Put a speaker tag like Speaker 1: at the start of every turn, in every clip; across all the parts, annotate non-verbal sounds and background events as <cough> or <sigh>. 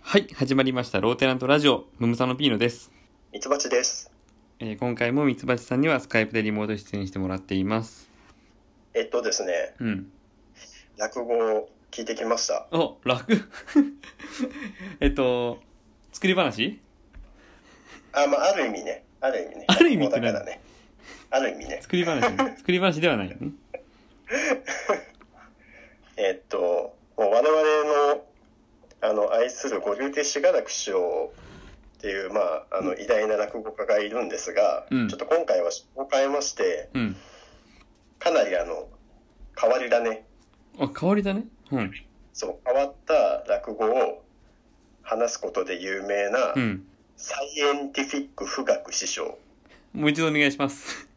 Speaker 1: はい、始まりました。ローテナントラジオ、ムムサノピーノです。
Speaker 2: ミツバチです。
Speaker 1: えー今回もミツバチさんにはスカイプでリモート出演してもらっています。
Speaker 2: えっとですね、
Speaker 1: うん。
Speaker 2: 落語を聞いてきました。
Speaker 1: お、楽 <laughs> えっと、作り話
Speaker 2: あ、まあ、ある意味ね。ある意味ね。
Speaker 1: ある意味って
Speaker 2: 落語
Speaker 1: 何
Speaker 2: だからね。ある意味ね。
Speaker 1: 作り話作り話ではないよね。
Speaker 2: えっと、もう我々の、あの、愛する五流亭志賀楽師匠っていう、まあ、あの、偉大な落語家がいるんですが、
Speaker 1: うん
Speaker 2: ちょっと今回は趣向を変えまして、
Speaker 1: うん。
Speaker 2: かなりあの、変わりだね。
Speaker 1: あ、香りだね。うん。
Speaker 2: そう、変わった落語を話すことで有名な、
Speaker 1: うん。
Speaker 2: サイエンティフィック富岳師匠。
Speaker 1: もう一度お願いします。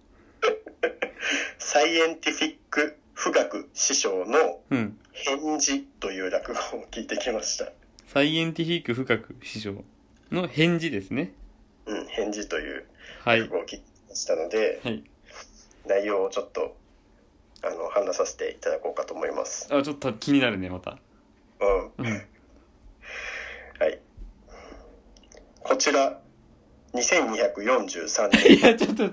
Speaker 1: <laughs>
Speaker 2: サイエンティフィック富岳師匠の
Speaker 1: うん。
Speaker 2: 返事という落語を聞いてきました。
Speaker 1: サイエンティフィック深く師匠の返事ですね。
Speaker 2: うん、返事という
Speaker 1: はい
Speaker 2: 落。語を聞きましたので、
Speaker 1: はい。
Speaker 2: 内容をちょっと、あの、話させていただこうかと思います。
Speaker 1: あ、ちょっと気になるね、また。
Speaker 2: うん。
Speaker 1: <laughs> うん。
Speaker 2: はい。こちら、2243
Speaker 1: い
Speaker 2: 年。
Speaker 1: や、ちょっと。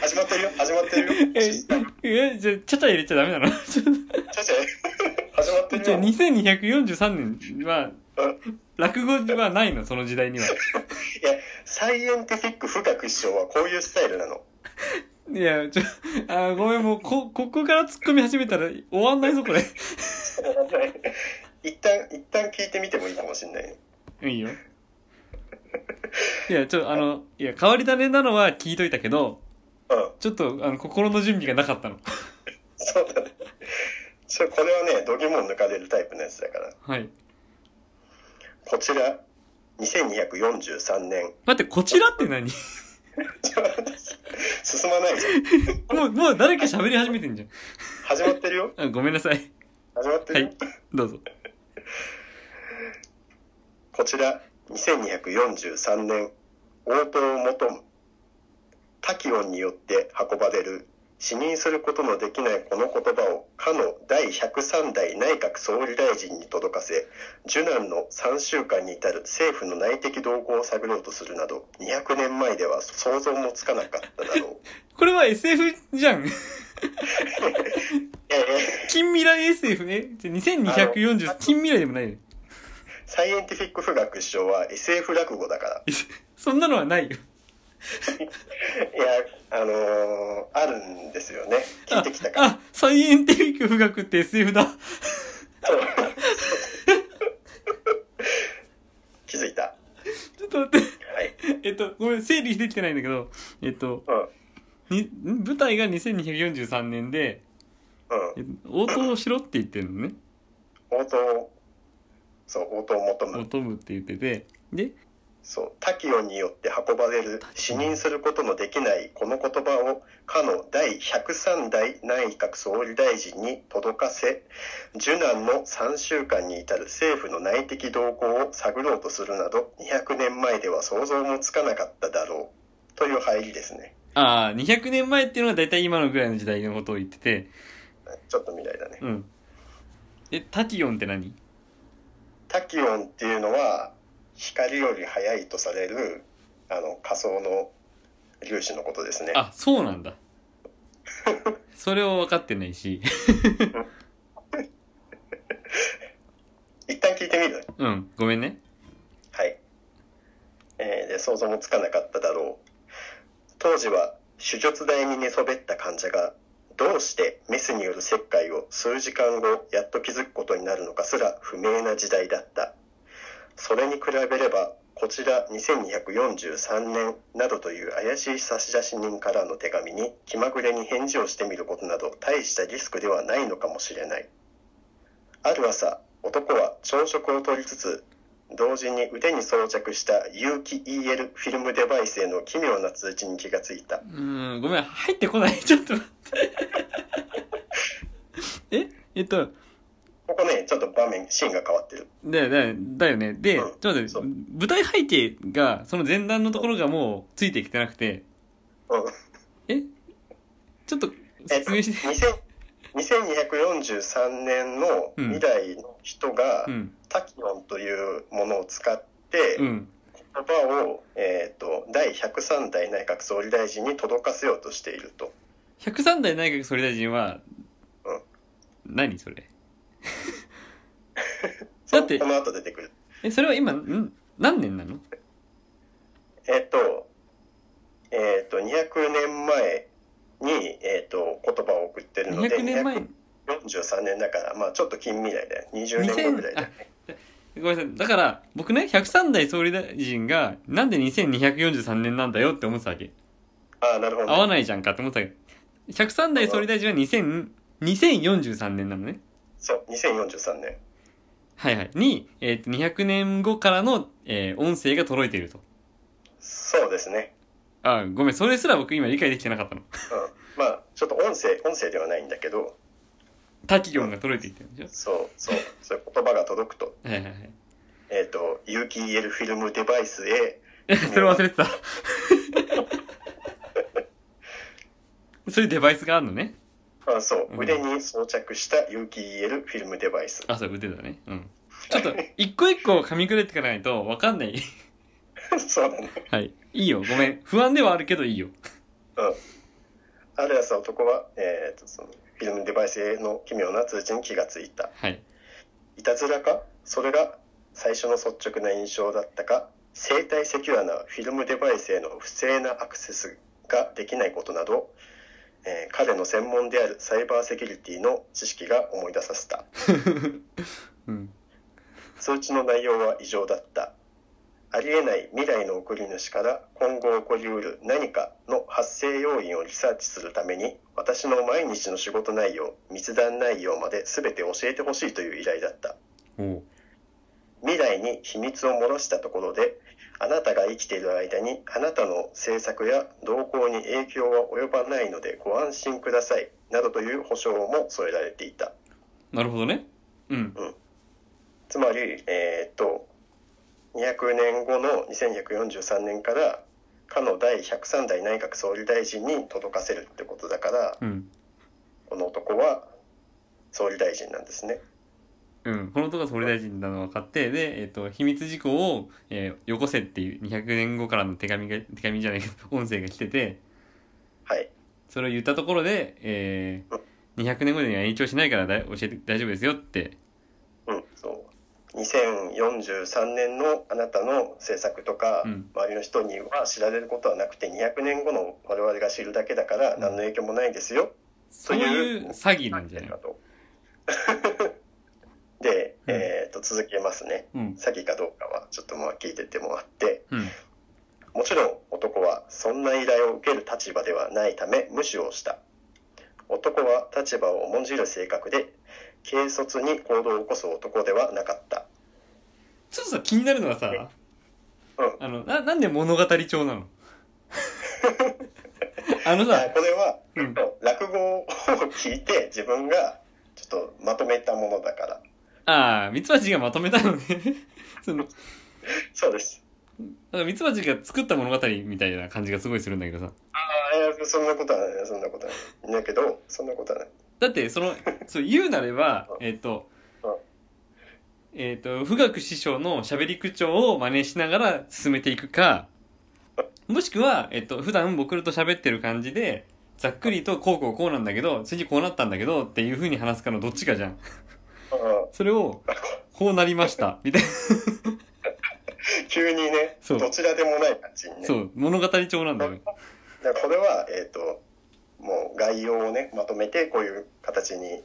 Speaker 2: 始まってるよ始まって <laughs> るよ
Speaker 1: え
Speaker 2: 実際、
Speaker 1: え、じゃあ、ちゃちゃ入れちゃダメなの <laughs> ちょっと
Speaker 2: ちょちょ始ま
Speaker 1: <laughs>
Speaker 2: ってる
Speaker 1: じゃあ
Speaker 2: よ
Speaker 1: 2243年は
Speaker 2: うん
Speaker 1: 落語はないのその時代には。
Speaker 2: いや、サイエンティフィック富岳師匠はこういうスタイルなの。
Speaker 1: いや、ちょ、あーごめん、もう、こ、ここから突っ込み始めたら終わんないぞ、これ。
Speaker 2: 一旦、一旦聞いてみてもいいかもしれないね。
Speaker 1: いいよ。いや、ちょ、あの、いや、変わり種なのは聞いといたけど、
Speaker 2: うん、
Speaker 1: ちょっと、あの、心の準備がなかったの。
Speaker 2: <laughs> そうだね。それこれはね、度肝を抜かれるタイプのやつだから。
Speaker 1: はい。
Speaker 2: こちら、2243年。
Speaker 1: 待って、こちらって何
Speaker 2: <laughs> ちょっと待って進まないぞ。
Speaker 1: もう、もう誰か喋り始めてんじ
Speaker 2: 始まってるよ。
Speaker 1: ゃん。あごめんなさい。
Speaker 2: 始まってるよ。
Speaker 1: はいどうぞ。
Speaker 2: こちら、2243年、応答をもとん。タキオンによって運ばれる、死任することのできないこの言葉を、かの第103代内閣総理大臣に届かせ、受難の3週間に至る政府の内的動向を探ろうとするなど、200年前では想像もつかなかっただろう。
Speaker 1: これは SF じゃん。
Speaker 2: いやいや
Speaker 1: 近未来 SF、えじゃあ ?2240、近未来でもないよ。
Speaker 2: サイエンティフィック富岳首相は SF 落語だから。
Speaker 1: そんなのはないよ。
Speaker 2: いや、あのーあるんですよね。聞いてきたから。
Speaker 1: あ、サイエンティフィック富岳って SF だ。
Speaker 2: <laughs> 気づいた。
Speaker 1: ちょっと待って。
Speaker 2: はい。
Speaker 1: えっと、ごめん、整理できてないんだけど、えっと、
Speaker 2: うん。
Speaker 1: にん舞台が2243年で、
Speaker 2: う
Speaker 1: え応答をしろって言ってるのね。
Speaker 2: ん。応答を、そう、応答を求
Speaker 1: 応
Speaker 2: む。
Speaker 1: 答部って言ってて。で、
Speaker 2: そう、タキオンによって運ばれる、死任することのできないこの言葉を、かの第103代内閣総理大臣に届かせ、受難の3週間に至る政府の内的動向を探ろうとするなど、200年前では想像もつかなかっただろう。という入りですね。
Speaker 1: ああ、200年前っていうのが大体今のぐらいの時代のことを言ってて、
Speaker 2: ちょっと未来だね。
Speaker 1: うん。え、タキオンって何
Speaker 2: タキオンっていうのは光より速いとされるあの仮想の粒子のことですね。
Speaker 1: あ、そうなん
Speaker 2: <laughs>
Speaker 1: だ。それを分かってないし。
Speaker 2: 一旦聞いてみる。
Speaker 1: うん、ごめんね。
Speaker 2: はい。えーで想像もつかなかっただろう。当時は手術台に寝そべった患者がどうしてメスによる切開を数時間後やっと気づくことになるのかすら不明な時代だった。それに比べればこちら2243年などという怪しい差出人からの手紙に気まぐれに返事をしてみることなど大したリスクではないのかもしれない。ある朝、男は朝食をとりつつ同時に腕に装着した有機 EL フィルムデバイスへの奇妙な通知に気がついた
Speaker 1: うーん、ごめん、入ってこない。ちょっと待
Speaker 2: <laughs>
Speaker 1: って。ええっと、
Speaker 2: ここねちょっと場面シーンが変わってる
Speaker 1: だよ、だよ、だよね。で、ちょ
Speaker 2: うん
Speaker 1: っと待って
Speaker 2: そう
Speaker 1: 舞台背景が、その前段のところがもうついてきてなくて、
Speaker 2: うん
Speaker 1: えちょっと
Speaker 2: えっと
Speaker 1: <laughs> 説明して、
Speaker 2: 2000 2243年の未来の人が、
Speaker 1: うん
Speaker 2: タキオンというものを使って、
Speaker 1: うん
Speaker 2: 言葉を、えー、と第103代内閣総理大臣に届かせようとしていると。
Speaker 1: 103代内閣総理大臣は、
Speaker 2: うん
Speaker 1: 何それ
Speaker 2: そ
Speaker 1: だって
Speaker 2: この後出てくる。
Speaker 1: えそれは今ん何年なの
Speaker 2: えっ、と、えっ、と、200年前に、えっ、と、言葉を送ってるので、
Speaker 1: 200年前
Speaker 2: 243年だから、まあちょっと近未来だよ。20年後ぐらい
Speaker 1: 2000
Speaker 2: だ
Speaker 1: あ
Speaker 2: よ。
Speaker 1: ごめんなさいだから僕ね103代総理大臣がなんで2243年なんだよって思ってたわけ
Speaker 2: ああ、なるほど、
Speaker 1: 合わないじゃんかって思ってたわけど103代総理大臣は2000 2043年なのね
Speaker 2: そう、2043年。
Speaker 1: はいはいに、えー、と200年後からの、えー音声が届いていると
Speaker 2: そうですね。
Speaker 1: あごめんそれすら僕今理解できてなかったの
Speaker 2: うん。まあちょっと音声、音声ではないんだけど、
Speaker 1: 滝音が届いていってるんでし
Speaker 2: そう、そう、そういう言葉が届くと。
Speaker 1: ょはいはいはい <laughs>
Speaker 2: えっ、と、有機 EL フィルムデバイスへ、
Speaker 1: えそれ忘れてた <laughs> そういうデバイスがあるのね
Speaker 2: あそうう、
Speaker 1: ん
Speaker 2: 腕に装着した有機 EL フィルムデバイス。 <laughs>
Speaker 1: あそう腕だねうんちょっと一個一個噛み砕いていかないと分かんない
Speaker 2: そうだね。
Speaker 1: はいいいよごめん不安ではあるけどいいよ
Speaker 2: うん。ある朝男は、えーとそのフィルムデバイスへの奇妙な通知に気がついた。
Speaker 1: はい
Speaker 2: いたずらかそれが最初の率直な印象だったか、生体セキュアなフィルムデバイスへの不正なアクセスができないことなど、えー彼の専門であるサイバーセキュリティの知識が思い出させた。
Speaker 1: うん
Speaker 2: 通知の内容は異常だったありえない未来の送り主から今後起こりうる何かの発生要因をリサーチするために私の毎日の仕事内容密談内容まで全て教えてほしいという依頼だった
Speaker 1: おう
Speaker 2: 未来に秘密を漏らしたところであなたが生きている間にあなたの政策や動向に影響は及ばないのでご安心くださいなどという保証も添えられていた
Speaker 1: なるほどねうん
Speaker 2: つまり、えーっと200年後の2243年からかの第103代内閣総理大臣に届かせるってことだから
Speaker 1: うん
Speaker 2: この男は総理大臣なんですね
Speaker 1: うん、この男が総理大臣なの分かってで、えっと秘密事項を、えーよこせっていう200年後からの手紙が手紙じゃないけど <laughs> 音声が来てて
Speaker 2: はい
Speaker 1: それを言ったところで、えー200年後には延長しないからだ教えて大丈夫ですよって
Speaker 2: うんそう2043年のあなたの政策とか、
Speaker 1: うん
Speaker 2: 周りの人には知られることはなくて200年後の我々が知るだけだから
Speaker 1: ん
Speaker 2: 何の影響もないですよ、
Speaker 1: そういう詐欺なんじゃない
Speaker 2: かと <laughs> で、
Speaker 1: うん
Speaker 2: えーっと続けますね
Speaker 1: うん
Speaker 2: 詐欺かどうかはちょっとまあ聞いててもらって
Speaker 1: うん
Speaker 2: もちろん男はそんな依頼を受ける立場ではないため無視をした男は立場を重んじる性格で軽率に行動を起こす男ではなかった
Speaker 1: ちょっとさ気になるのはさ、
Speaker 2: うん
Speaker 1: あのななんで物語調な
Speaker 2: <laughs>
Speaker 1: のあの
Speaker 2: いや
Speaker 1: さ
Speaker 2: これは、
Speaker 1: うん
Speaker 2: 落語を聞いて自分がちょっとまとめたものだから
Speaker 1: ああミツバチがまとめたのね <laughs> その
Speaker 2: そうです
Speaker 1: なんかミツバチが作った物語みたいな感じがすごいするんだけどさ
Speaker 2: あいやそんなことはないそんなことはないだけどそんなことはない
Speaker 1: だってそのそう言うなれば
Speaker 2: う
Speaker 1: えっ、と
Speaker 2: うん
Speaker 1: えっ、と富岳師匠のしゃべり口調を真似しながら進めていくかもしくは、えっと普段僕らと喋ってる感じでざっくりとこうこうこうなんだけど次こうなったんだけどっていう風に話すかのどっちかじゃん
Speaker 2: うん
Speaker 1: それをこうなりま
Speaker 2: <laughs>
Speaker 1: したみたいな
Speaker 2: 急にね
Speaker 1: そう
Speaker 2: どちらでもない感じにね
Speaker 1: そう物語調なんだよ
Speaker 2: だからこれは、えー、ともう概要をねまとめてこういう形に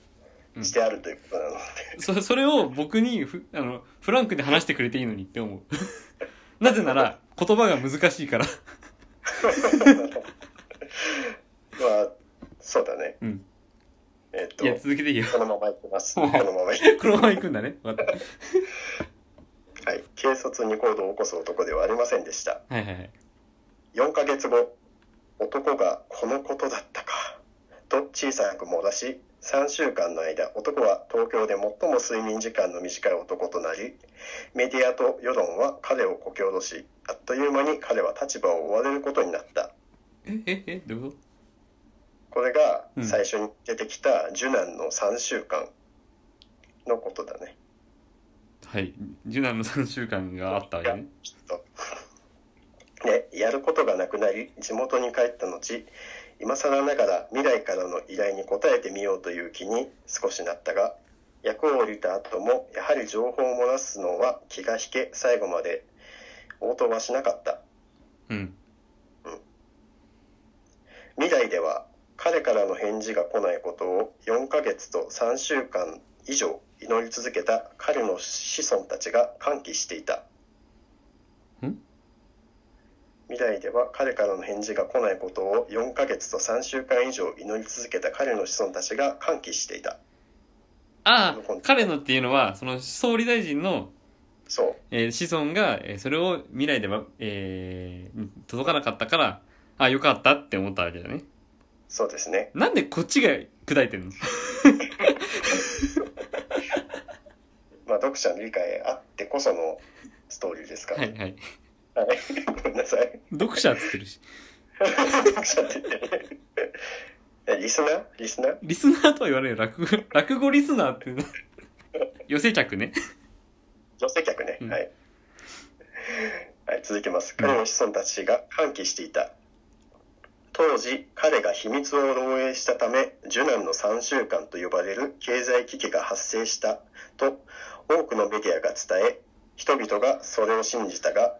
Speaker 2: してあるということなので、
Speaker 1: そそれを僕にふあのフランクで話してくれていいのにって思う
Speaker 2: <laughs>
Speaker 1: なぜなら言葉が難しいから <laughs>
Speaker 2: まあそうだね
Speaker 1: うん
Speaker 2: えっ、
Speaker 1: いや
Speaker 2: と
Speaker 1: 続けていいよ
Speaker 2: このままいきますこ
Speaker 1: は
Speaker 2: の
Speaker 1: い
Speaker 2: ままいき
Speaker 1: このまま行くんだね分かっ
Speaker 2: はい軽率に行動を起こす男ではありませんでした
Speaker 1: たはいはいはい
Speaker 2: 4ヶ月後男がこのことだったかと小さく漏らし3週間の間男は東京で最も睡眠時間の短い男となりメディアと世論は彼をこき下ろしあっという間に彼は立場を追われることになった
Speaker 1: えええどういうこ
Speaker 2: これが
Speaker 1: うん
Speaker 2: 最初に出てきた受難の3週間のことだね。
Speaker 1: はい受難の3週間があったわけね
Speaker 2: きっと。で、やることがなくなり、地元に帰った後、今更ながら未来からの依頼に応えてみようという気に少しなったが、役を降りた後も、やはり情報を漏らすのは気が引け、最後まで応答はしなかった。
Speaker 1: うん
Speaker 2: 未来では彼からの返事が来ないことを4ヶ月と3週間以上祈り続けた彼の子孫たちが歓喜していた
Speaker 1: ん
Speaker 2: 未来では彼からの返事が来ないことを4ヶ月と3週間以上祈り続けた彼の子孫たちが歓喜していた
Speaker 1: ああ彼のっていうのはその総理大臣の
Speaker 2: そう
Speaker 1: えー子孫が、えーそれを未来では、えー届かなかったから、あ、よかったって思ったわけだね。
Speaker 2: そうですね
Speaker 1: なんでこっちが砕いてんの
Speaker 2: まあ読者の理解あってこそのストーリーですから
Speaker 1: はいはい。
Speaker 2: はい <laughs> ごめんなさい
Speaker 1: 読者っつってるし。
Speaker 2: 読 <laughs> 者って言ってねえリスナーリスナー
Speaker 1: リスナーとは言われる落語、落語リスナーってな。寄せ客 <laughs> ね。
Speaker 2: 女性客ね、
Speaker 1: うん
Speaker 2: はい、はい、続きます
Speaker 1: うん
Speaker 2: 彼の子孫たちが歓喜していた当時彼が秘密を漏洩したため受難の3週間と呼ばれる経済危機が発生したと多くのメディアが伝え人々がそれを信じたが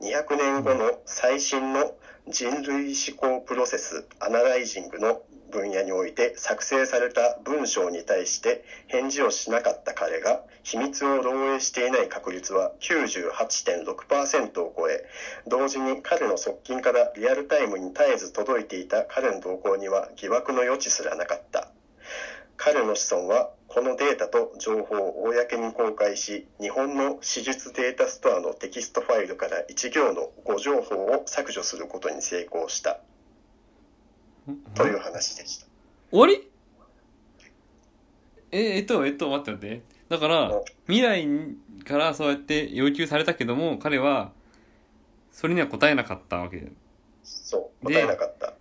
Speaker 2: 200年後の最新の人類思考プロセスアナライジングの分野において作成された文章に対して返事をしなかった彼が秘密を漏洩していない確率は98.6%を超え同時に彼の側近からリアルタイムに絶えず届いていた彼の動向には疑惑の余地すらなかった彼の子孫はこのデータと情報を公に公開し日本の史実データストアのテキストファイルから1行の誤情報を削除することに成功したという話でした
Speaker 1: 終わりえー、えっと、えっと、待って待って。だから
Speaker 2: お、
Speaker 1: 未来からそうやって要求されたけども、彼は、それには答えなかったわけだよ。
Speaker 2: そう
Speaker 1: で
Speaker 2: 答えなかった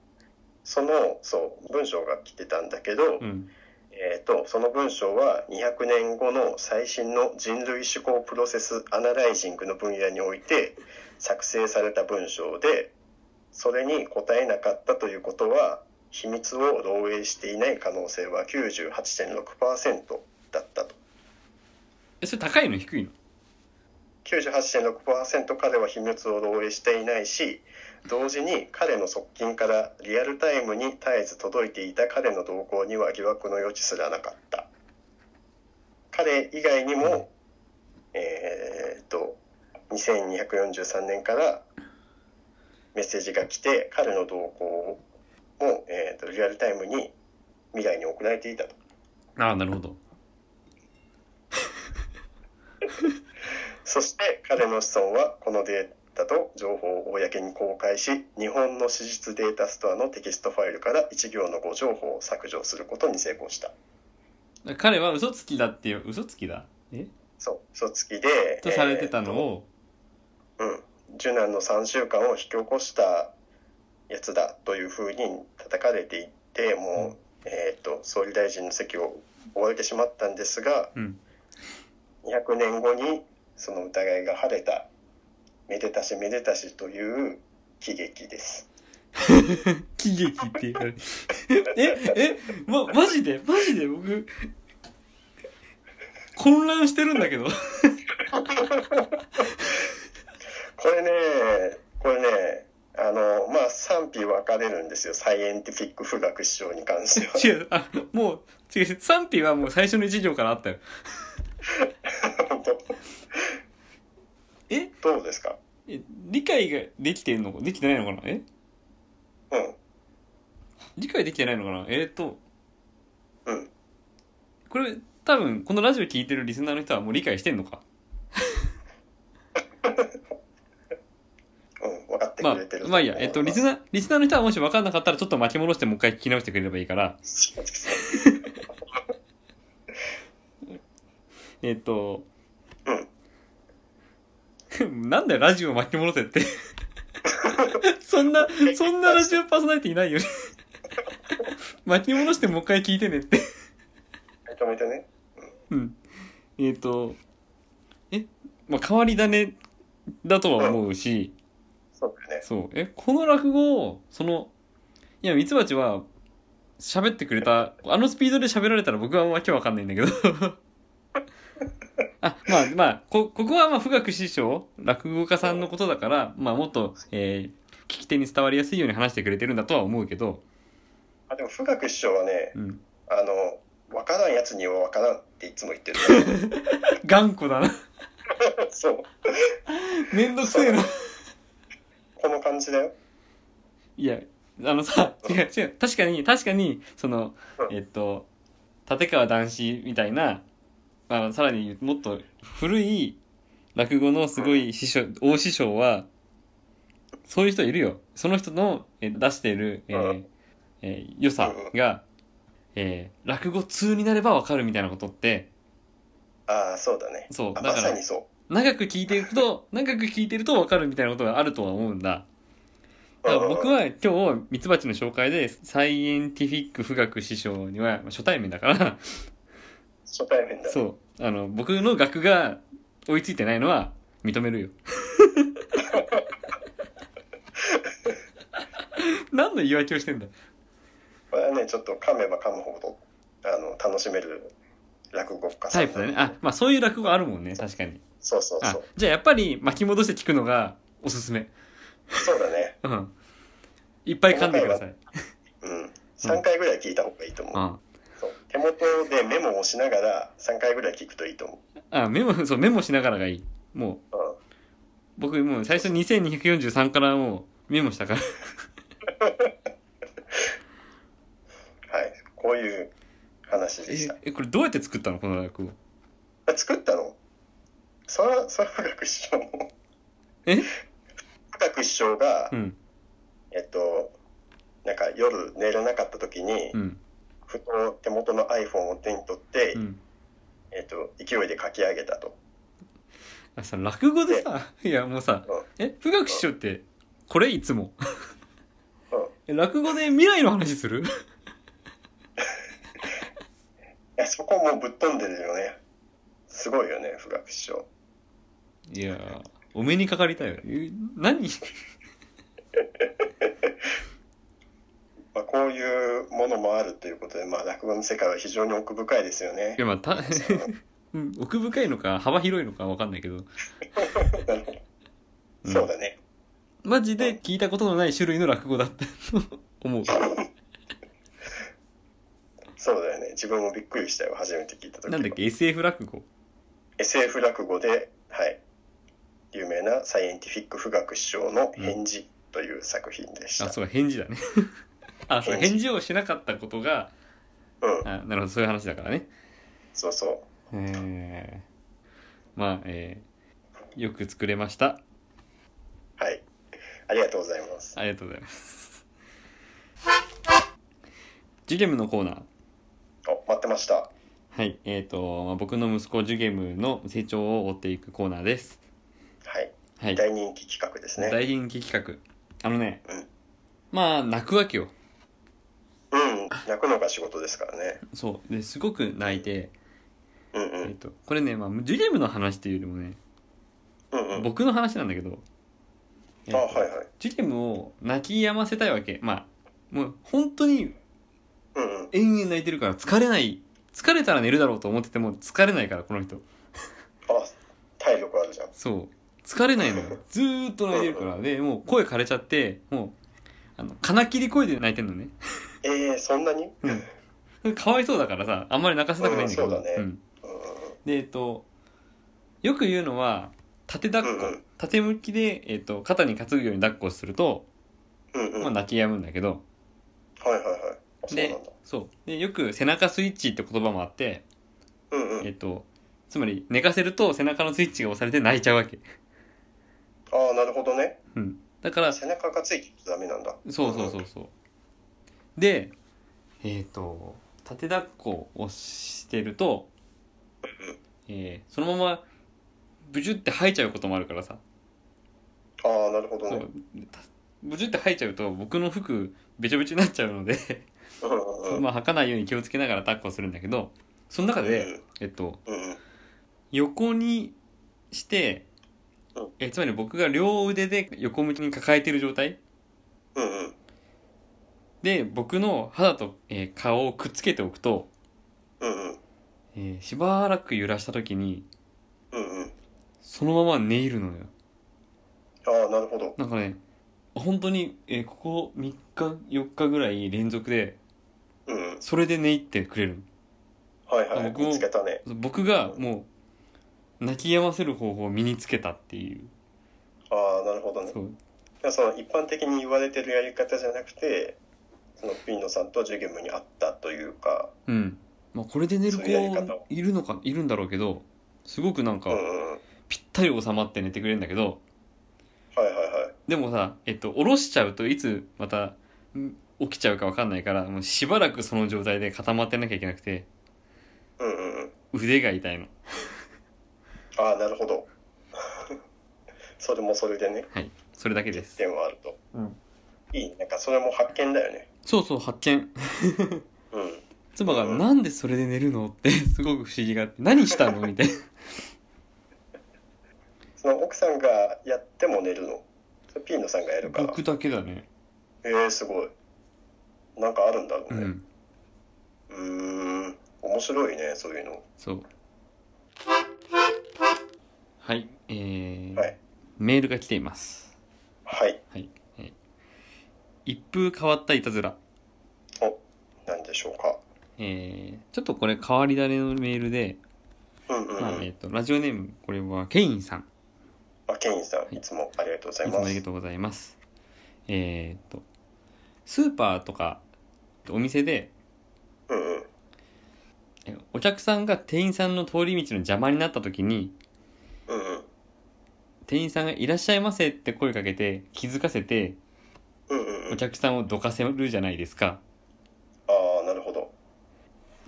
Speaker 2: そのそう文章が来てたんだけど、
Speaker 1: うん。
Speaker 2: えー、とその文章は200年後の最新の人類思考プロセスアナライジングの分野において作成された文章でそれに答えなかったということは秘密を漏洩していない可能性は98.6%だったと
Speaker 1: え、それ高いの低いの
Speaker 2: 98.6%彼は秘密を漏洩していないし同時に彼の側近からリアルタイムに絶えず届いていた彼の動向には疑惑の余地すらなかった彼以外にも、えーっと2243年からメッセージが来て彼の動向も、えーっとリアルタイムに未来に送られていたと
Speaker 1: ああ、なるほど。
Speaker 2: そして彼の子孫はこのデータと情報を公に公開し日本の史実データストアのテキストファイルから1行の誤情報を削除することに成功した
Speaker 1: 彼は嘘つきだっていう嘘つきだえ
Speaker 2: そう嘘つきで
Speaker 1: とされてたのを、
Speaker 2: えーうん受難の3週間を引き起こしたやつだというふうに叩かれていってもう、えー、と総理大臣の席を追われてしまったんですが
Speaker 1: うん
Speaker 2: 200年後にその疑いが晴れためでたしめでたしという喜劇です
Speaker 1: 喜劇っていうか <laughs> ええまマジでマジで僕混乱してるん <laughs> だけど
Speaker 2: これね、これね、あの、まあ、賛否分かれるんですよ。サイエンティフィック富岳師匠に関
Speaker 1: <laughs>
Speaker 2: しては。
Speaker 1: 違うあもう違う賛否はもう最初の一行からあったよ
Speaker 2: 本当
Speaker 1: え
Speaker 2: どうですか
Speaker 1: え理解ができてんのかできてないのかなえ
Speaker 2: うん、
Speaker 1: 理解できてないのかなえっ、と
Speaker 2: うん。
Speaker 1: これ多分このラジオ聞いてるリスナーの人はもう理解してんのか
Speaker 2: うん、分かって
Speaker 1: まあ
Speaker 2: くれてる、
Speaker 1: まあいいやえっ、とリス
Speaker 2: ナー。
Speaker 1: ナーリスナーの人はもし分かんなかったらちょっと巻き戻してもう一回聞き直してくれればいいから
Speaker 2: そうですね
Speaker 1: えっと、
Speaker 2: う
Speaker 1: <laughs> なんだよ、ラジオ巻き戻せって。 <laughs> そんな、そんなラジオパーソナリティいないよね。 <laughs> 巻き戻してもう一回聞いてねって。
Speaker 2: 止めてね。
Speaker 1: うん。えっ、と、え、まあ、変わり種だとは思うし、
Speaker 2: そうだよね。
Speaker 1: そう。え、この落語を、その、いや、ミツバチは、喋ってくれた、あのスピードで喋られたら僕はわけわかんないんだけど。 <laughs> あ、まあまあ、こ、ここはまあ、富岳師匠、落語家さんのことだから、まあもっと、えー聞き手に伝わりやすいように話してくれてるんだとは思うけど、
Speaker 2: あでも、富岳師匠はね、
Speaker 1: うん。
Speaker 2: あの、わからんやつにはわからんっていつも言
Speaker 1: <laughs>
Speaker 2: ってる。
Speaker 1: 頑固だな。 <laughs>
Speaker 2: そう。
Speaker 1: めんどくせえな。
Speaker 2: この感じだよ。
Speaker 1: いや、あのさ、違う違う。確かに、確かに、その、
Speaker 2: うん
Speaker 1: えっと、立川談志みたいな、まあ、さらにもっと古い落語のすごい師匠、大師匠は、そういう人いるよ。その人のえ出している、えー
Speaker 2: うん
Speaker 1: えー良さが、えー落語通になればわかるみたいなことって、
Speaker 2: ああ、そうだね。
Speaker 1: そう、
Speaker 2: あ
Speaker 1: だ
Speaker 2: ま
Speaker 1: か
Speaker 2: さ
Speaker 1: ら
Speaker 2: に、そ
Speaker 1: 長く聞いていくと、長く聞いてるとわかるみたいなことがあるとは思うんだ。
Speaker 2: う。
Speaker 1: だから僕
Speaker 2: うん、
Speaker 1: は今日ミツバチの紹介でサイエンティフィック富岳師匠にはまあ初対面だから
Speaker 2: 初対面だ。
Speaker 1: そうあの僕の学が追いついてないのは認めるよ何の言い訳をしてんだ
Speaker 2: これはね、ちょっと噛めば噛むほど、あの、楽しめる落語家
Speaker 1: タ
Speaker 2: さん
Speaker 1: イプだねあまあそういう落語あるもんね確かに
Speaker 2: そうそう
Speaker 1: あ
Speaker 2: そう。
Speaker 1: じゃあやっぱり巻き戻して聞くのがおすすめ
Speaker 2: そうだね。
Speaker 1: うんいっぱい噛んでください、
Speaker 2: うん。3回ぐらい聞いた方がいいと思う。
Speaker 1: うん、
Speaker 2: そう手元でメモをしながら3回ぐらい聞くといいと思
Speaker 1: あメモそうメモしながらがいいもう
Speaker 2: う。うん。
Speaker 1: 僕もう最初2243からもうメモしたから
Speaker 2: はい。こういう話でした。
Speaker 1: えこれどうやって作ったのこの落語
Speaker 2: 作ったのそら、そら深く師匠も。 <laughs>
Speaker 1: え
Speaker 2: 深く師匠が、
Speaker 1: うん
Speaker 2: えっと、なんか夜寝れなかった時に、
Speaker 1: うん
Speaker 2: ふと手元の iPhone を手に取って、
Speaker 1: うん
Speaker 2: えっと、勢いで書き上げたと。
Speaker 1: あさ落語でさいやもうさ
Speaker 2: う
Speaker 1: え富岳師匠ってこれいつも
Speaker 2: ん。うん。い
Speaker 1: え落語で未来の話する
Speaker 2: や、そこもうぶっ飛んでるよね。すごいよね、富岳師匠。
Speaker 1: いやーお目にかかりたいよえ何 <laughs>
Speaker 2: まあ、こういうものもあるということで、まあ、落語の世界は非常に奥深いですよね
Speaker 1: いや。まあた、うん、奥深いのか幅広いのかわかんないけど
Speaker 2: <laughs> なるほどそうだね。
Speaker 1: マジで聞いたことのない種類の <laughs> 落語だったと思う
Speaker 2: そうだよね。自分もびっくりしたよ、初めて聞いた時は
Speaker 1: なんだっけ SF 落語
Speaker 2: SF 落語で、はい、有名なサイエンティフィック富岳師匠の「返事」という作品でした。
Speaker 1: あそう返事 <laughs> だねあそう返事をしなかったことが
Speaker 2: うん、
Speaker 1: あなるほどそういう話だからね
Speaker 2: そうそ
Speaker 1: えー、まあえー、よく作れました
Speaker 2: う。はい。ありがとうございます。
Speaker 1: ありがとうございますジュゲムのコーナー
Speaker 2: お待ってました。
Speaker 1: はいえー、と、まあ、僕の息子ジュゲムの成長を追っていくコーナーです
Speaker 2: はい。
Speaker 1: はい、
Speaker 2: 大人気企画ですね。
Speaker 1: 大人気企画あのね、
Speaker 2: うん
Speaker 1: まあ泣くわけよ
Speaker 2: うん。泣くのが仕事ですからね。
Speaker 1: そうですごく泣いて、
Speaker 2: うんう
Speaker 1: えー、
Speaker 2: ん。
Speaker 1: とこれね、まあ、ジュゲムの話というよりもね、
Speaker 2: うんうん。
Speaker 1: 僕の話なんだけど、えー
Speaker 2: あ、
Speaker 1: と
Speaker 2: はいはい。
Speaker 1: ジュゲムを泣き止ませたいわけまあもう本当に
Speaker 2: うんうん。
Speaker 1: 延々泣いてるから疲れない疲れたら寝るだろうと思ってても疲れないからこの人
Speaker 2: あ、体力あるじゃん。
Speaker 1: そう疲れないのよずーっと泣いてるからでもう声枯れちゃってもうあの金切り声で泣いてんのね <laughs>
Speaker 2: えー、そんなに
Speaker 1: うんかわいそうだからさあんまり泣かせたくないんだけど
Speaker 2: うんそうだね
Speaker 1: ん
Speaker 2: うんうん
Speaker 1: でえっとよく言うのは縦抱っこ、
Speaker 2: うんうん
Speaker 1: 縦向きで、えっと肩に担ぐように抱っこすると、
Speaker 2: うんうん。
Speaker 1: まあ、
Speaker 2: はい
Speaker 1: 泣き止むんだけど
Speaker 2: はいはい。あそう
Speaker 1: で
Speaker 2: なんだ。
Speaker 1: そうでよく背中スイッチって言葉もあって
Speaker 2: うんう
Speaker 1: えっ
Speaker 2: ん。
Speaker 1: とつまり寝かせると背中のスイッチが押されて泣いちゃうわけ
Speaker 2: ああ、なるほどね。
Speaker 1: うん、だからそ
Speaker 2: 背中がついてるとダメなんだ。
Speaker 1: うそうそうそうでえっ、と縦抱っこをしてると、えーそのままブジュって吐いちゃうこともあるからさ
Speaker 2: うん。ああ、なるほど
Speaker 1: そ
Speaker 2: ね
Speaker 1: う。たブジュって吐いちゃうと僕の服べちょべちょになっちゃうので
Speaker 2: うんうんうん。うんう
Speaker 1: <laughs>
Speaker 2: ん
Speaker 1: まあ、吐かないように気をつけながら抱っこするんだけどその中で、えっと、
Speaker 2: うん
Speaker 1: 横にして
Speaker 2: うん
Speaker 1: えつまり僕が両腕で横向きに抱えてる状態
Speaker 2: うんうん
Speaker 1: で僕の肌と、えー顔をくっつけておくと、
Speaker 2: うんうん
Speaker 1: えーしばらく揺らした時に
Speaker 2: うんうん
Speaker 1: そのまま寝入るのよ
Speaker 2: ああなるほど
Speaker 1: なんかね本当に、えーここ3日4日ぐらい連続で
Speaker 2: うんうん
Speaker 1: それで寝入ってくれる
Speaker 2: はいはい
Speaker 1: 僕も
Speaker 2: 見つけたね
Speaker 1: 僕がもう泣き止ませる方法を身につけたっていう
Speaker 2: ああなるほどね
Speaker 1: そう
Speaker 2: いやその一般的に言われてるやり方じゃなくてそのピーノさんとジュゲムにあったというか
Speaker 1: うん、まあ、これで寝る子
Speaker 2: そういうやり方を
Speaker 1: いるのかいるんだろうけどすごくなん
Speaker 2: う
Speaker 1: か
Speaker 2: んうんはい
Speaker 1: ぴったり収まって寝てくれるんだけど
Speaker 2: はいはい
Speaker 1: でもさえっと下ろしちゃうといつまたん起きちゃうかわかんないからもうしばらくその状態で固まってなきゃいけなくて
Speaker 2: うんうんうん
Speaker 1: 腕が痛いの
Speaker 2: ああなるほど <laughs> それもそれでね
Speaker 1: はいそれだけです
Speaker 2: 欠点はあると、
Speaker 1: うん
Speaker 2: いいなんかそれも発見だよね
Speaker 1: そうそう発見
Speaker 2: うん
Speaker 1: 妻が「
Speaker 2: うん
Speaker 1: なんでそれで寝るの?」って <laughs> すごく不思議があって「何したの?」みたいな
Speaker 2: その奥さんがやっても寝るのそれピーノさんがやるから
Speaker 1: 僕だけだね
Speaker 2: えー、すごいなんかあるんだろう
Speaker 1: う
Speaker 2: ね
Speaker 1: ん
Speaker 2: うーん面白いねそういうの
Speaker 1: そうはいえー
Speaker 2: はい
Speaker 1: メールが来ています
Speaker 2: はい
Speaker 1: はい、えー一風変わったいたずら
Speaker 2: お何でしょうか
Speaker 1: えーちょっとこれ変わり種のメールで、
Speaker 2: うんうんうん、
Speaker 1: まあえー、とラジオネームこれはケインさん
Speaker 2: あ、ケインさん、いつもありがとうござい
Speaker 1: いつも
Speaker 2: ま
Speaker 1: あり
Speaker 2: す
Speaker 1: が。とうございますえっ、とスーパーとかお店で
Speaker 2: うんうん。
Speaker 1: えーお客さんが店員さんの通り道の邪魔になった時に
Speaker 2: うんうん。
Speaker 1: 店員さんが「いらっしゃいませ」って声かけて気づかせて
Speaker 2: うんうんう
Speaker 1: お
Speaker 2: ん。
Speaker 1: 客さんをどかせるじゃないですか、
Speaker 2: ああ、なるほど。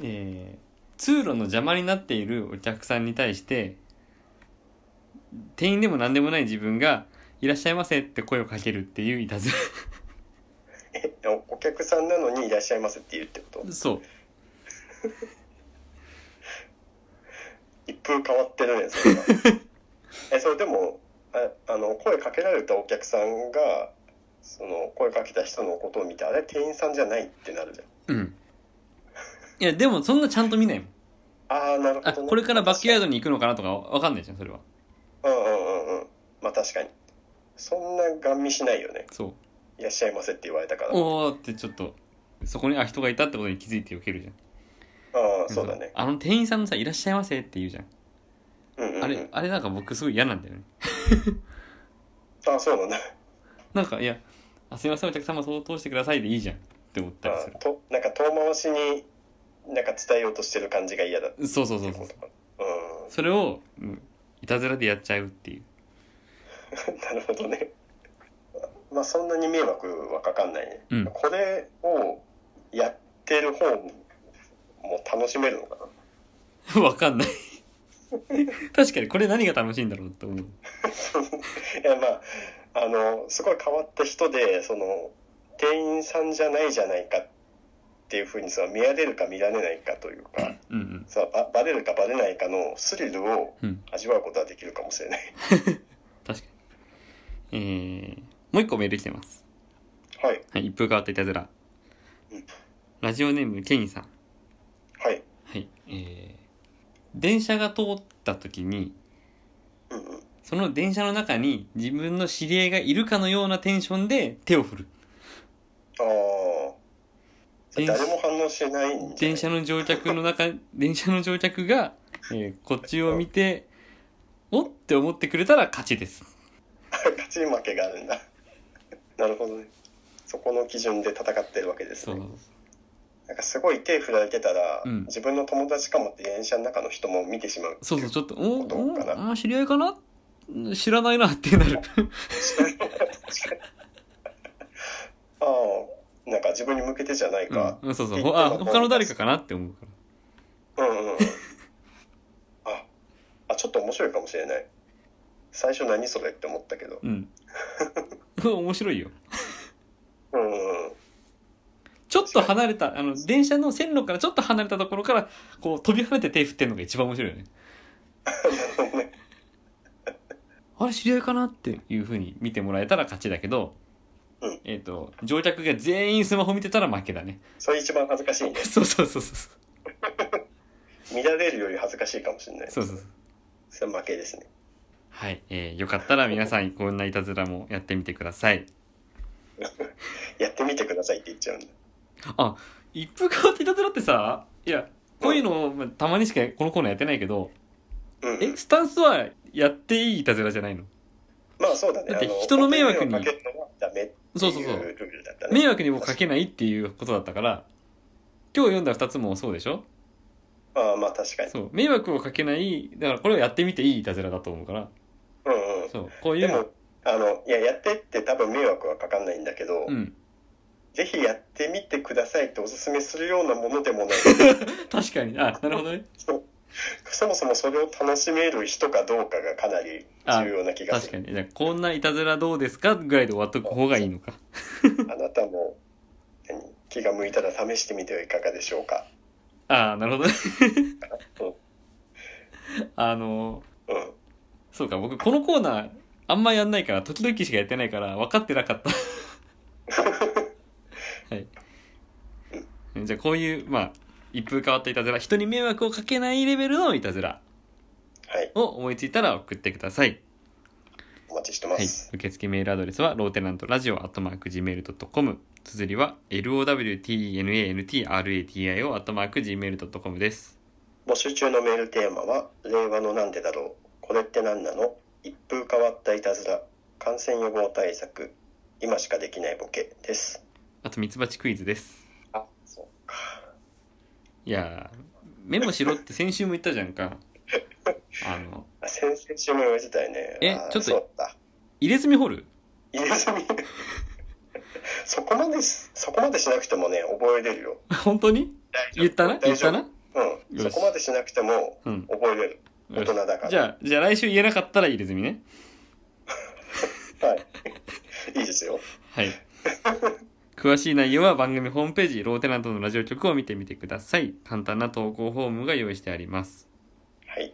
Speaker 1: えー通路の邪魔になっているお客さんに対して店員でも何でもない自分が「いらっしゃいませ」って声をかけるっていういたずら
Speaker 2: え、おお客さんなのにいらっしゃいませって言うってこと <laughs>
Speaker 1: そう。
Speaker 2: 一風変わってるね、それは。
Speaker 1: <laughs>
Speaker 2: え、それでも、ああの、声かけられたお客さんが、その、声かけた人のことを見て、あれ、店員さんじゃないってなるじゃん。
Speaker 1: うん。いや、でもそんなちゃんと見ないもん。
Speaker 2: ああ、なるほ
Speaker 1: あ、
Speaker 2: ど、ね。
Speaker 1: これからバックヤー
Speaker 2: ド。
Speaker 1: ドに行くのかなとかわかんないじゃん、それは。
Speaker 2: うんうんうんうん。まあ確かに。そんなガン見しないよね。
Speaker 1: そう。
Speaker 2: いらっしゃいませって言われたから。あ
Speaker 1: おーってちょっと、そこにあ人がいたってことに気づいて受けるじゃん。
Speaker 2: あー、そうだね。
Speaker 1: あの店員さんのさ、いらっしゃいませって言うじゃん。
Speaker 2: うんうん、うん。
Speaker 1: あれ、あれなんか僕すごい嫌なんだよね。
Speaker 2: あそうなんだ。
Speaker 1: なんか、いや、あすいません、お客様そう通してくださいでいいじゃんって思ったりす
Speaker 2: あとなんか遠回しになんか伝えようとしてる感じが嫌だって
Speaker 1: る。そうそうそう
Speaker 2: こ
Speaker 1: そう。
Speaker 2: とかう
Speaker 1: それを、うんいたずらでやっちゃうっていう。
Speaker 2: んなるほどねまあそんなに迷惑はかかんないね、
Speaker 1: うん
Speaker 2: これをやってる方も楽しめるの
Speaker 1: <laughs>
Speaker 2: か
Speaker 1: わかんない。確かにこれ何が楽しいんだろうって思う。
Speaker 2: <laughs> ないやまああのすごい変わった人でその店員さんじゃないじゃないかっていうふうにその見られるか見られないかというか
Speaker 1: うんうん。
Speaker 2: さばバレるかバレないかのスリルを
Speaker 1: うん。
Speaker 2: 味わうことはできるかもしれない。
Speaker 1: 確かに。えー、もう一個メール来てます。
Speaker 2: はい。
Speaker 1: はい、一風変わったいたずら
Speaker 2: うん。
Speaker 1: ラジオネーム、ケニーさん。
Speaker 2: はい。
Speaker 1: はい、えー、電車が通った時に、
Speaker 2: うんうん。
Speaker 1: その電車の中に自分の知り合いがいるかのようなテンションで手を振る。
Speaker 2: ああ。
Speaker 1: 電
Speaker 2: 誰も反応しないんじゃな
Speaker 1: 電
Speaker 2: い
Speaker 1: 車の乗客の
Speaker 2: <laughs>
Speaker 1: 中、電車の乗客が、えーこっちを見て、おって思ってくれたら勝ちです。
Speaker 2: 勝ち負けがある
Speaker 1: <laughs>
Speaker 2: んだ。なるほどね。そこの基準で戦ってるわけです
Speaker 1: そうそ
Speaker 2: ね
Speaker 1: う。
Speaker 2: なんかすごい手振られてたら、
Speaker 1: うん
Speaker 2: 自分の友達かもって電車の中の人も見てしまう。
Speaker 1: そうそう、ちょっと、お
Speaker 2: どうかな
Speaker 1: おあー知り合いかなうん知らないなってなる。
Speaker 2: ああ、なんか自分に向けてじゃないか。
Speaker 1: うん、そうそう
Speaker 2: で
Speaker 1: ほあ
Speaker 2: でも
Speaker 1: 他の誰かかなって思うから
Speaker 2: うん、うん、うん。あ、あ、ちょっと面白いかもしれない。最初何それって思ったけ <laughs> ど。
Speaker 1: うん面白いよ
Speaker 2: うん、うん。
Speaker 1: ちょょっと離れた、あの、電車の線路からちょっと離れたところから、こう、飛び跳ねて手振ってんのが一番面白いよね。 <laughs> あれ、知り合いかなっていうふうに見てもらえたら勝ちだけど
Speaker 2: うん、
Speaker 1: えっ、と、乗客が全員スマホ見てたら負けだね。
Speaker 2: それ一番恥ずかしいね
Speaker 1: <laughs> そうそうそうそう。
Speaker 2: 見られるより恥ずかしいかもしれない
Speaker 1: そうそうそう。
Speaker 2: それ負けですね
Speaker 1: はい。えー、よかったら皆さん、こんないたずらもやってみてください。
Speaker 2: やってみてくださいって言っちゃうんだ
Speaker 1: 一風変わったいたずらってさ、いや、こういうのを、まあたまにしかこのコーナーやってないけど、
Speaker 2: うん
Speaker 1: え、スタンスはやっていいいたずらじゃないの
Speaker 2: まあそうだね
Speaker 1: だって
Speaker 2: あの
Speaker 1: 人の迷惑に
Speaker 2: 迷惑かけるのはダメって
Speaker 1: そうそうそ
Speaker 2: いううルールだった <laughs> ね
Speaker 1: 迷惑にもかけないっていうことだったから、今日読んだ二つもそうでしょ
Speaker 2: ああまあ確かに
Speaker 1: そう。迷惑をかけない、だからこれをやってみていいいたずらだと思うから、
Speaker 2: うんうん
Speaker 1: そう。こうい
Speaker 2: で
Speaker 1: うの
Speaker 2: も、あのいややってって多分迷惑はかかんないんだけど、
Speaker 1: うん。
Speaker 2: ぜひやってみてくださいっておすすめするようなものでもない
Speaker 1: <laughs> 確かに。あ、なるほどね。
Speaker 2: そうそもそもそれを楽しめる人かどうかがかなり重要な気がす
Speaker 1: 確か
Speaker 2: る
Speaker 1: に。じゃあこんないたずらどうですかぐらいで終わっとく方がいいのか。
Speaker 2: あなたも何気が向いたら試してみてはいかがでしょうか
Speaker 1: ああ、なるほどね。 <laughs>
Speaker 2: そう
Speaker 1: あの、
Speaker 2: うん
Speaker 1: そうか、僕、このコーナー、あんまやんないから、時々しかやってないから、分かってなか
Speaker 2: <laughs>
Speaker 1: った。はい。じゃあ、こういう、まあ、一風変わったいたずら、人に迷惑をかけないレベルのいたずら
Speaker 2: はい
Speaker 1: を思いついたら送ってください。
Speaker 2: お待ちしてま
Speaker 1: はい
Speaker 2: す、。
Speaker 1: 受付メールアドレスは、ローテナントラジオアットマーク Gmail.com。綴りは、lowtenantratio アットマーク Gmail.com です。
Speaker 2: 募集中のメールテーマは「令和のなんでだろうこれって何なの一風変わったいたずら感染予防対策今しかできないボケ」です
Speaker 1: あと、ミツバチクイズです。
Speaker 2: あそうか
Speaker 1: いやー、メモしろって先週も言ったじゃんか。あの、
Speaker 2: あ先々週も言われてたよね
Speaker 1: え
Speaker 2: あ
Speaker 1: ちょ
Speaker 2: ー
Speaker 1: っと
Speaker 2: そうだ
Speaker 1: 入れ墨掘る
Speaker 2: 入れ墨 <laughs> そこまでしそこまでしなくてもね覚えれるよ
Speaker 1: <laughs> 本当に
Speaker 2: 大丈夫
Speaker 1: 言ったな言
Speaker 2: 大
Speaker 1: っ
Speaker 2: 丈
Speaker 1: た
Speaker 2: 夫
Speaker 1: な
Speaker 2: うん
Speaker 1: よし
Speaker 2: そこまでしなくても
Speaker 1: うん。
Speaker 2: 覚えれる大
Speaker 1: よ
Speaker 2: 人
Speaker 1: し
Speaker 2: だから
Speaker 1: じゃあ、じゃあ来週言えなかったら入れ墨ね。
Speaker 2: はいいい <laughs> ですよ
Speaker 1: はい。詳しい内容は番組ホームページ、ローテナントのラジオ局を見てみてください。簡単な投稿フォームが用意してあります。
Speaker 2: はい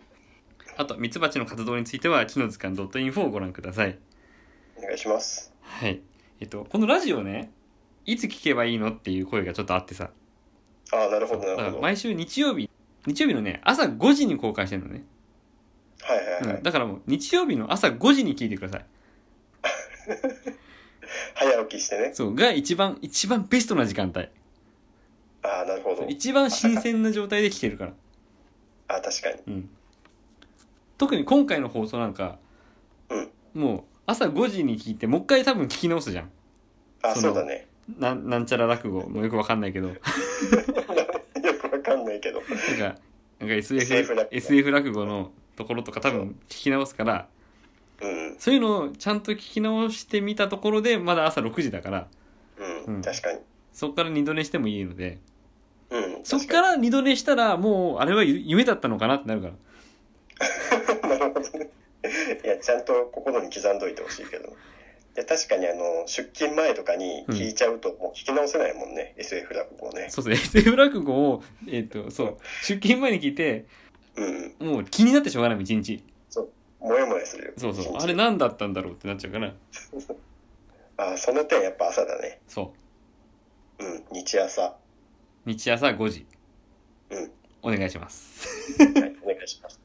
Speaker 1: あと、ミツバチの活動については、木の図鑑 .info をご覧ください。
Speaker 2: お願いします
Speaker 1: はい。えっと、このラジオね、いつ聞けばいいのっていう声がちょっとあってさ。
Speaker 2: ああなるほ
Speaker 1: だか
Speaker 2: どなる
Speaker 1: ら
Speaker 2: ほどはい
Speaker 1: 毎週日曜日、日曜日のね、朝5時に公開してるのね。
Speaker 2: はいはい、
Speaker 1: うん、だからもう日曜日の朝5時に聞いてください。
Speaker 2: 早起きしてね
Speaker 1: そう、が一番、一番ベストな時間帯。
Speaker 2: ああなるほど
Speaker 1: 一番新鮮な状態で聞けるから。
Speaker 2: あー確かに
Speaker 1: うん。特に今回の放送なんか、
Speaker 2: うん
Speaker 1: もう朝5時に聞いて、もう一回多分聞き直すじゃん。
Speaker 2: あー
Speaker 1: そ
Speaker 2: そ
Speaker 1: の
Speaker 2: うだね <laughs>
Speaker 1: なん、なんちゃら落語、もうよくわかんないけど。なんか、
Speaker 2: よくわかんないけど
Speaker 1: なんか
Speaker 2: SF
Speaker 1: SF
Speaker 2: 落、語
Speaker 1: SF 落語のところとか多分聞き直すから、
Speaker 2: うん
Speaker 1: そういうのをちゃんと聞き直してみたところで、まだ朝6時だから、
Speaker 2: うん、
Speaker 1: うん
Speaker 2: 確かに
Speaker 1: そこから二度寝してもいいので、
Speaker 2: うん
Speaker 1: そこ
Speaker 2: 確
Speaker 1: か
Speaker 2: から
Speaker 1: 二度寝したら、もう、あれは夢だったのかなってなるから。
Speaker 2: に <laughs> なるほどねいやちゃんと心に刻んどいてほしいけどいや確かにあの出勤前とかに聞いちゃうともう聞き直せないもんね、SF 落語ね
Speaker 1: そうそう、SF 落語を、えっ、と、そう、出勤前に聞いて、
Speaker 2: うん
Speaker 1: もう気になってしょうがないもん、一日。
Speaker 2: もやもやするよ
Speaker 1: そうそう。
Speaker 2: 一日
Speaker 1: あれ何だったんだろうってなっちゃうから。
Speaker 2: あーその点やっぱ朝だね
Speaker 1: そう。
Speaker 2: うん
Speaker 1: <laughs>
Speaker 2: 日朝
Speaker 1: 日朝5時。
Speaker 2: うん
Speaker 1: お願いします。
Speaker 2: はいお願いします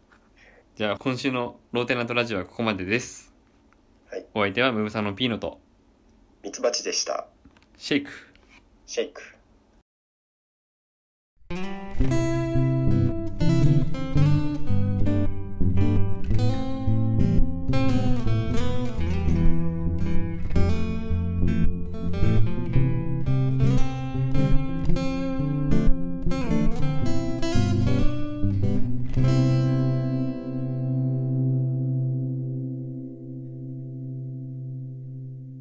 Speaker 1: じゃあ、今週のローテナントラジオはここまでです。
Speaker 2: はい。
Speaker 1: お相手はムーブさんのピーノと、
Speaker 2: ミツバチでした
Speaker 1: シェイク。
Speaker 2: シェイク